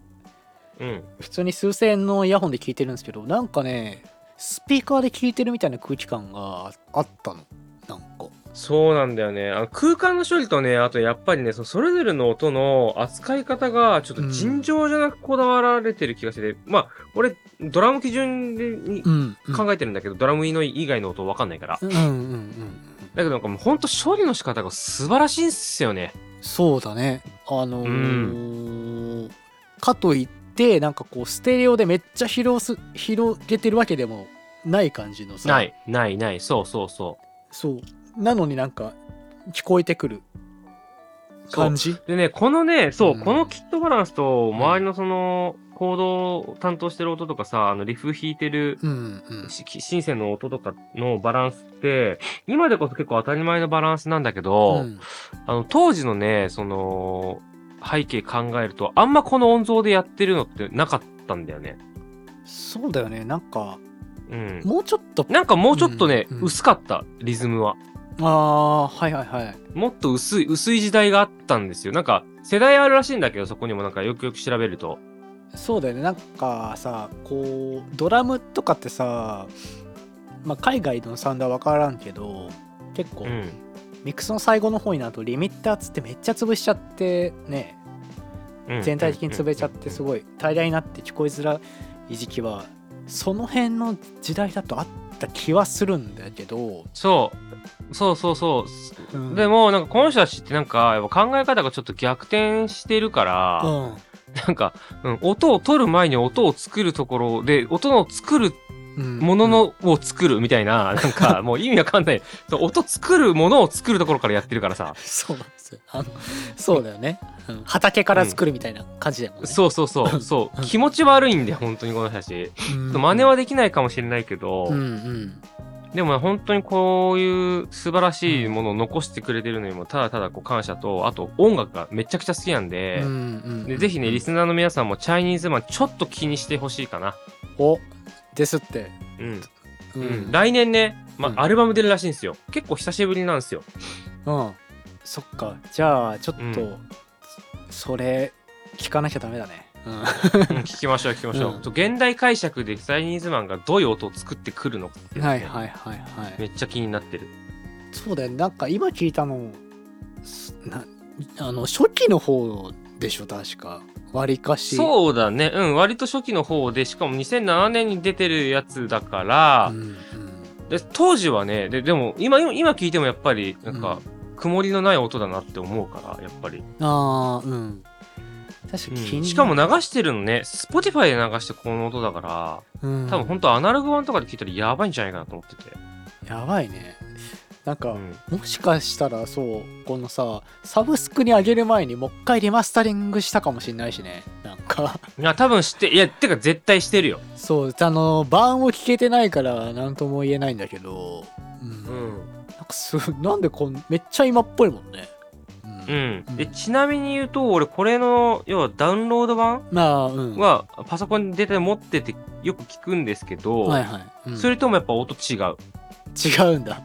S1: ん。うん。
S2: 普通に数千円のイヤホンで聞いてるんですけどなんかねスピーカーで聞いてるみたいな空気感があったのなんか
S1: そうなんだよね。あの空間の処理とね、あとやっぱりね、そのそれぞれの音の扱い方がちょっと尋常じゃなくこだわられてる気がしてて、まあ、俺、ドラム基準でに
S2: うん
S1: 考えてるんだけど、ドラムの以外の音わかんないから。だ
S2: うんうんうんうん
S1: けどなんかもうほんと処理の仕方が素晴らしいんすよね。
S2: そうだねあのーかといってなんかこうステレオでめっちゃ広す広げてるわけでもない感じのさ
S1: ない、ない、ない、そうそうそ
S2: そうなのになんか聞こえてくる
S1: う。そう
S2: 感じ
S1: でね、このね、そう、
S2: うん
S1: このキットバランスと周りのその、行動を担当してる音とかさ、あの、リフ弾いてる
S2: うんうん
S1: しシンセの音とかのバランスって、今でこそ結構当たり前のバランスなんだけど、
S2: うん
S1: あの、当時のね、その、背景考えると、あんまこの音像でやってるのってなかったんだよね。
S2: そうだよねなんか
S1: うん。
S2: もうちょっと
S1: なんかもうちょっとね、
S2: うんうん
S1: 薄かった、リズムは。
S2: ああーはいはいはい
S1: もっと薄い、薄い時代があったんですよ。なんか、世代あるらしいんだけど、そこにもなんかよくよく調べると。
S2: そうだよねなんかさこうドラムとかってさまあ、海外のサウンドは分からんけど結構、
S1: うん
S2: ミックスの最後の方になるとリミッターっつってめっちゃ潰しちゃってね
S1: うん
S2: 全体的に潰れちゃってすごい平らになって聞こえづらい時期はその辺の時代だとあった気はするんだけど、
S1: そうそうそうそう
S2: うん
S1: でもなんかこの人たちってなんかやっぱ考え方がちょっと逆転してるから、
S2: うん
S1: なんか、うん、音を取る前に音を作るところで音を作る
S2: うん
S1: もののを作るみたいな、なん
S2: <laughs>
S1: かもう意味わかんないそう音作るものを作るところからやってるからさ
S2: そうなんですよあのそうだよね、うん畑から作るみたいな感じだもんね、
S1: そうそうそうそう気持ち悪いんで本当にこの人たち
S2: うん
S1: 真似はできないかもしれないけど、
S2: うんうん
S1: でも本当にこういう素晴らしいものを残してくれてるのにもただただこう感謝とあと音楽がめちゃくちゃ好きなんで。
S2: うんうん
S1: でぜひね、リスナーの皆さんもチャイニーズマンちょっと気にしてほしいかな。
S2: おですって、
S1: うん。
S2: う
S1: うん、
S2: ん
S1: 来年ね、まあ
S2: うん
S1: アルバム出るらしいんですよ。結構久しぶりなんです
S2: <laughs>
S1: よ。
S2: うんそっかじゃあちょっと、
S1: う
S2: それ聞かなきゃダメだね、うん、
S1: うん、聞きましょう、聞きましょう。
S2: うん
S1: と現代解釈でチャイニーズマンがどういう音を作ってくるのか
S2: <laughs>
S1: っていうの
S2: は
S1: ね、
S2: いはいはいはい
S1: めっちゃ気になってる。
S2: そうだよねなんか今聞いたのすなあの初期の方でしょ確かわりかしう
S1: そうだね、うん、割と初期の方で、しかも2007年に出てるやつだから、
S2: ん
S1: で当時はねで、でも今、今今聞いてもやっぱり、なんか、曇りのない音だなって思うから、やっぱり。
S2: うん、ああうん確か
S1: うん
S2: に気になる、
S1: しかも流してるのね、Spotify で流してこの音だから、
S2: うん、
S1: 多分本当アナログ版とかで聞いたらやばいんじゃないかなと思ってて。
S2: やばいねなんか、
S1: うん
S2: もしかしたらそうこのさサブスクに上げる前にもう一回リマスタリングしたかもしれないしねなんか <laughs>
S1: いや、多分知って、いや、てか絶対してるよ。
S2: そうあの版を聞けてないから何とも言えないんだけど、うん
S1: うん。
S2: なんかすなんでこんめっちゃ今っぽいもんね、うん
S1: うん。で、
S2: うん
S1: ちなみに言うと、俺、これの、要はダウンロード版
S2: まあうん
S1: は、パソコンに絶対持っててよく聞くんですけど、
S2: はいはい、うん
S1: それともやっぱ音違う。
S2: 違うんだ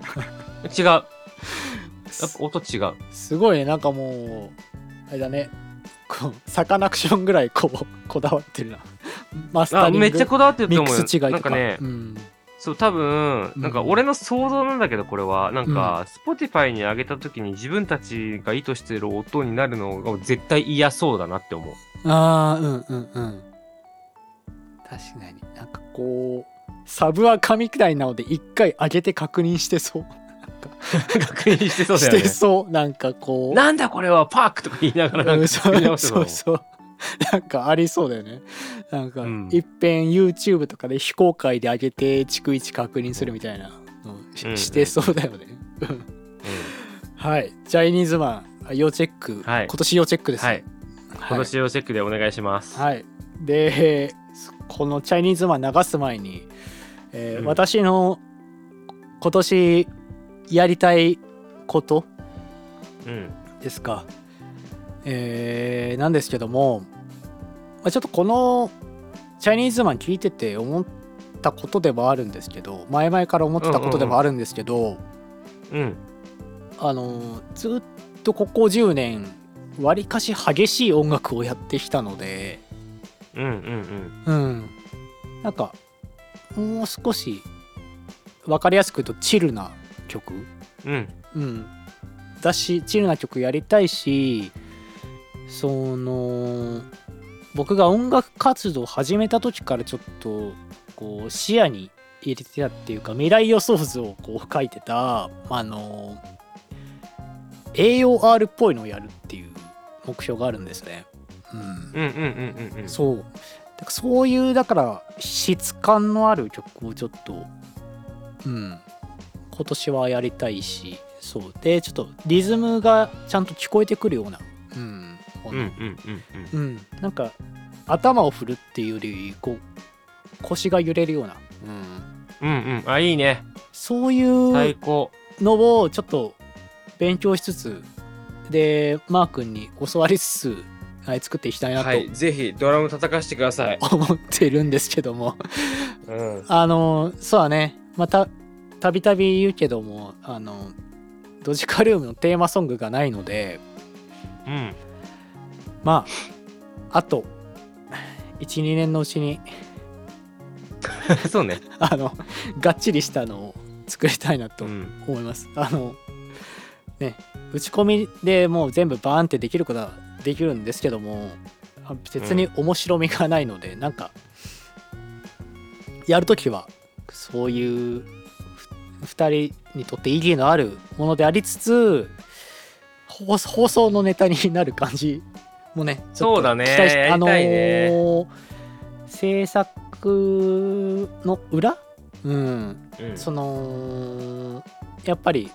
S1: 違う。やっぱ音違う。
S2: すごいねなんかもうあれだねこうサカナクションぐらいこうこだわってるなマス
S1: あ、
S2: タリング
S1: めっちゃこだわってる
S2: ミ
S1: と
S2: ッ
S1: 思うよ。
S2: クス違いとか
S1: なんかね、
S2: うん、
S1: そう、多分、
S2: うん
S1: なんか俺の想像なんだけど、これは、なんか、Spotify に上げた時に自分たちが意図してる音になるのが絶対嫌そうだなって思う。
S2: ああうんうんうん確かになんかこうサブは紙くらいなので一回上げて確認してそう
S1: 確認してそうだ
S2: し
S1: よね
S2: て。そうなんかこう
S1: なんだこれはパークとか言いながらなん
S2: う
S1: か
S2: んそ
S1: 作り直
S2: う
S1: して
S2: そうそうなんかありそうだよねなんか、
S1: うん
S2: いっぺん YouTube とかで非公開で上げて逐一確認するみたいなのをし,、
S1: うんうん
S2: てそうだよねうんはいジャイニーズマンあ要チェック、
S1: はい
S2: 今年要チェックです、
S1: はい。
S2: はい
S1: 今年をチェックでお願いします。
S2: はい、でこの「チャイニーズマン」流す前に、えー
S1: うん
S2: 私の今年やりたいこと
S1: うん。
S2: ですか、えーなんですけども、まあ、ちょっとこの「チャイニーズマン」聞いてて思ったことでもあるんですけど前々から思ってたことでもあるんですけど、
S1: うん。
S2: あのずっとここ10年わりかし激しい音楽をやってきたので。
S1: うんうん
S2: うん、なんかもう少し分かりやすく言うとチルな曲、
S1: うん。うん。
S2: うん、だしチルな曲やりたいしその僕が音楽活動を始めた時からちょっとこう視野に入れてたっていうか未来予想図をこう書いてたあの AOR っぽいのをやるっていう目標があるんですね。うん
S1: うんうんうんうんうん。
S2: そうだからそういうだから質感のある曲をちょっとうん今年はやりたいしそうでちょっとリズムがちゃんと聞こえてくるようなうん、
S1: うんうんうんうん。
S2: うんなんか頭を振るっていうよりこう腰が揺れるような、うん、
S1: うんうん。あ、いいね。
S2: そういう
S1: 最高。
S2: のをちょっと勉強しつつでマー君に教わりつつ、はい、作っていきたいなと
S1: はい。ぜひドラム叩かしてください。
S2: 思ってるんですけども、
S1: うん。
S2: あのそうだねまたたびたび言うけどもあのドジカルームのテーマソングがないので
S1: うん。
S2: まああと12年のうちに
S1: そうね。
S2: あのがっちりしたのを作りたいなと
S1: うん。
S2: 思います。 <laughs> あのね打ち込みでもう全部バーンってできることはできるんですけどもあ別に面白みがないので、なんかやるときはそういう2人にとって意義のあるものでありつつ放放送のネタになる感じ <laughs> もねちょっと
S1: そうだね
S2: 期待し
S1: や
S2: あ
S1: り
S2: の
S1: たいね
S2: ー制作の裏うん
S1: うん
S2: そのやっぱり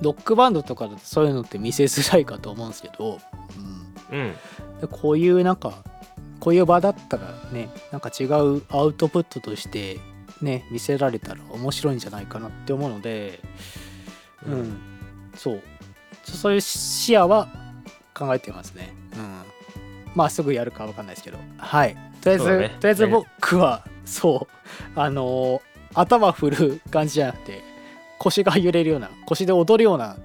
S2: ロックバンドとかだとそういうのって見せづらいかと思うんですけど、
S1: うん。
S2: うんでこういうなんかこういう場だったらねなんか違うアウトプットとしてね見せられたら面白いんじゃないかなって思うので、うん
S1: うん
S2: そうそそういう視野は考えてますね、うん、まあすぐやるかわかんないですけどはいとりあえず、
S1: そうだね
S2: とりあえず僕はそうあのー頭振る感じじゃなくて腰が揺れるような腰で踊るような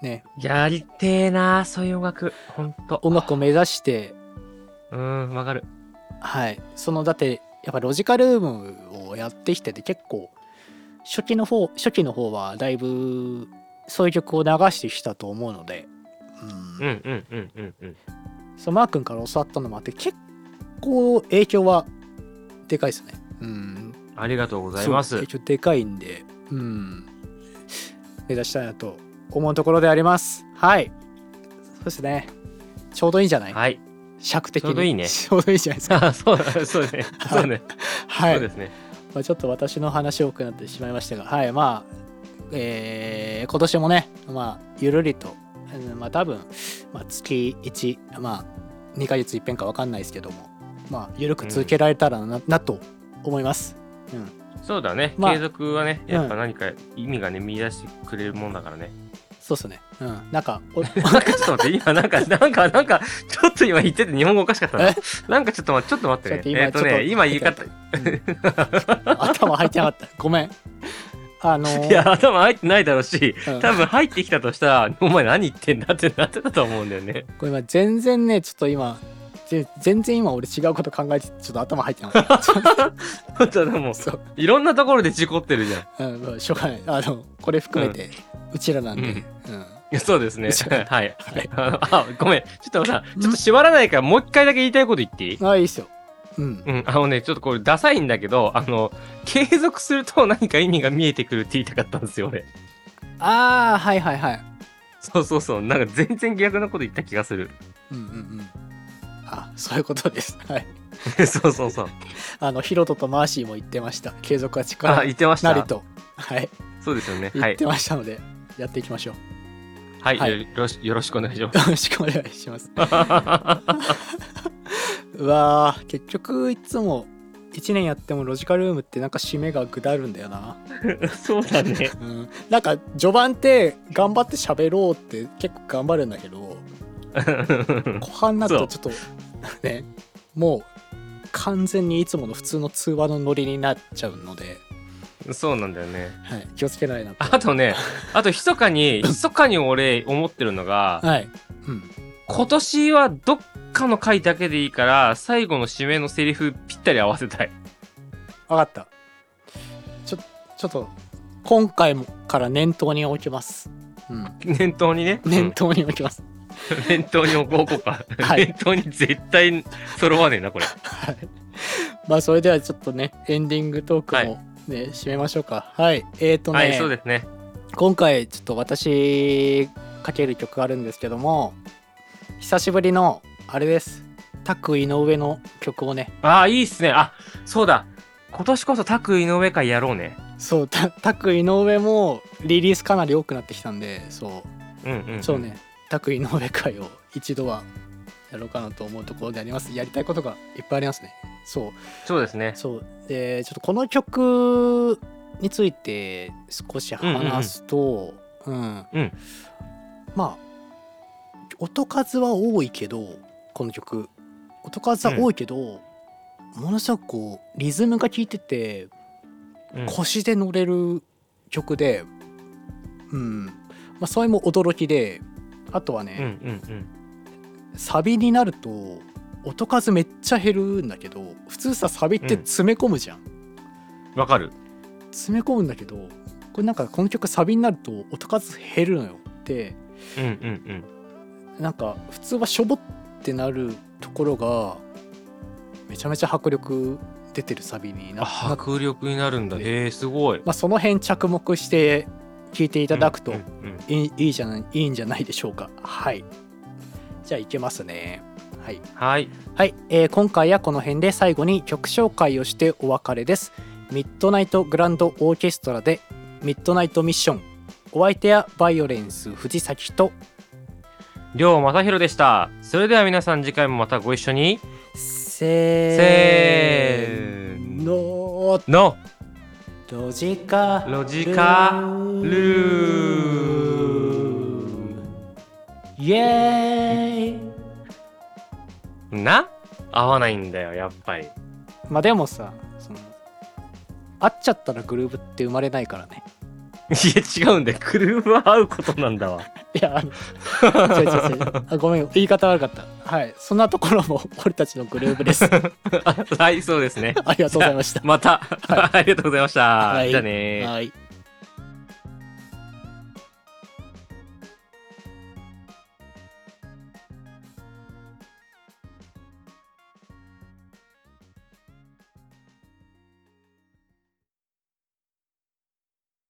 S2: ね
S1: やりてえなそういう音楽。ほんと。
S2: 音楽を目指して
S1: うん、わかる。
S2: はいそのだってやっぱロジカルームをやってきてて結構初期の方初期の方はだいぶそういう曲を流してきたと思うので、
S1: うんうんうんうんうん。
S2: そうマー君から教わったのもあって結構影響はでかいですね。うん、
S1: ありがとうございま
S2: そう
S1: す。
S2: 影響でかいんで、うん、目指したいなと思うところであります。はい。そうですね。ちょうどいいんじゃない、
S1: はい。
S2: 尺的に。
S1: ちょうどいいね
S2: <laughs> ちょうどいいじゃないですか。
S1: あ <laughs> そうだそうね。そうね。
S2: は
S1: そう
S2: い
S1: で。すね。
S2: まあ、ちょっと私の話多くなってしまいましたが、はい。まあ、えー今年もね、まあ、ゆるりと、うんまあ、多分、まあ、月1、まあ、2ヶ月いっぺんか分かんないですけども、まあ、ゆるく続けられたらな,、なと思います。うん。
S1: そうだね。
S2: まあ
S1: 継続はね、やっぱ何か意味がね、見出してくれるもんだからね。 <laughs>
S2: そうっすね。うん。なんか、お
S1: なんかちょっと待って、今なんか、なんか、なんか、ちょっと今言ってて日本語おかしかったな
S2: え。
S1: なんかちょっと待って、ちょっと待ってね。えっとね、今言い方、い、
S2: 頭入ってなかった。ごめん。あのー
S1: や、頭入ってないだろうし、
S2: うん
S1: 多分入ってきたとしたら、お前何言ってんだってなってたと思うんだよね。
S2: これ今全然ね、ちょっと今、ぜ全然今俺違うこと考えてて、ちょっと頭入ってなかった。
S1: 本当でも、
S2: そう、
S1: いろんなところで事故ってるじゃんい
S2: うん、まあしょうがない。あの、これ含めて、うちらなんで、
S1: う
S2: うんん。
S1: や。そうですね。
S2: そう
S1: はい。
S2: はい
S1: あ、ごめん。ちょっとさ、ちょっと縛らないから、もう一回だけ言いたいこと言っていい
S2: ああ、いいっすよ。うん。
S1: うん、あのね、ちょっとこれダサいんだけど、あの、継続すると何か意味が見えてくるって言いたかったんですよ、俺。
S2: ああ、はいはいはい。
S1: そうそうそう、なんか全然逆のこと言った気がする。 <laughs>
S2: うんうんうん。あ、そういうことです。 <laughs> はい。
S1: そうそうそう。
S2: あの、ヒロトとマーシーも言ってました。継続は
S1: あ、
S2: 力
S1: 言ってまし
S2: なり
S1: た。
S2: と。はい。
S1: そうですよね。は
S2: 言っ
S1: い
S2: て。ましたので、やっていきましょう。
S1: はい、
S2: はい
S1: よろしよろしくお願いしま
S2: よろしくお願いします。 <laughs>
S1: す。
S2: うわー結局いつも1年やってもロジカルルームってなんか締めが下るんだよな、 <laughs>
S1: そうだね。
S2: うん、なんか序盤って頑張って喋ろうって結構頑張るんだけど後半になるとちょっと <laughs> ねもう完全にいつもの普通の通話のノリになっちゃうので、
S1: <laughs> そうなんだよね。
S2: はい、気をつけないなと
S1: あとね、あと密かに、密かに俺思ってるのが、
S2: はい、うん、
S1: 今年はどっかの回だけでいいから、最後の締めのセリフぴったり合わせたい。
S2: 分かったちょちょっと今回もから念頭に置きます、うん、
S1: 念頭にね。
S2: 念頭に置きます
S1: <laughs> うん念頭に置こうか。
S2: はい
S1: 念頭に絶対揃わねえな、これ。
S2: はい。まあそれではちょっとねエンディングトーク
S1: はい
S2: もね、締めましょうか。はい。えっ、とね、
S1: はい、そうですね。
S2: 今回ちょっと私かける曲があるんですけども久しぶりのあれです。タク井上の曲をね
S1: ああ、いいっすね。あ、そうだ。今年こそタク井上会やろうね。
S2: そうタタク井上もリリースかなり多くなってきたんでそ
S1: うんうん、
S2: うそう。ねタク井上会を一度はやろうかなと思うところでありますやりたいことがいっぱいありますねそう
S1: そうですね。
S2: そうでちょっとこの曲について少し話すとうん
S1: うん
S2: まあ音数は多いけどこの曲音数は多いけど、ものすごくこうリズムが効いてて
S1: うん
S2: 腰で乗れる曲でうん、まあ、それも驚きであとはね、
S1: うんうん
S2: サビになると音数めっちゃ減るんだけど普通さサビって詰め込むじゃん、
S1: わかる
S2: 詰め込むんだけどこれなんかこの曲サビになると音数減るのよで
S1: うんうん
S2: なんか普通はしょぼってなるところがめちゃめちゃ迫力出てるサビに
S1: うん
S2: な
S1: あ
S2: な
S1: 迫力になるんだへえすごい
S2: まあ、その辺着目して聴いていただくと
S1: うんうん
S2: いい,、いいじゃないいいんじゃないでしょうかはいじゃあいけますねはい
S1: はい
S2: はい、えー今回はこの辺で最後に曲紹介をしてお別れです。ミッドナイトグランドオーケストラでミッドナイトミッション。お相手はバイオレンス藤崎と
S1: 亮正弘でしたそれでは皆さん次回もまたご一緒に
S2: せ
S1: せ
S2: ー
S1: ー
S2: の
S1: の
S2: ロジカ
S1: ロジカル
S2: イエーイ
S1: な合わないんだよやっぱり
S2: まあでもさその会っちゃったらグルーブって生まれないからね
S1: いや違うんだよグルーブは合うことなんだわ
S2: いや、あの違う違う違うあごめん、言い方悪かった。はい、そんなところも俺たちのグループです。あ
S1: <laughs> はいそうですね
S2: りがとうございました。
S1: <laughs> また、ありがとうございました、
S2: はい
S1: じゃあねー
S2: はい。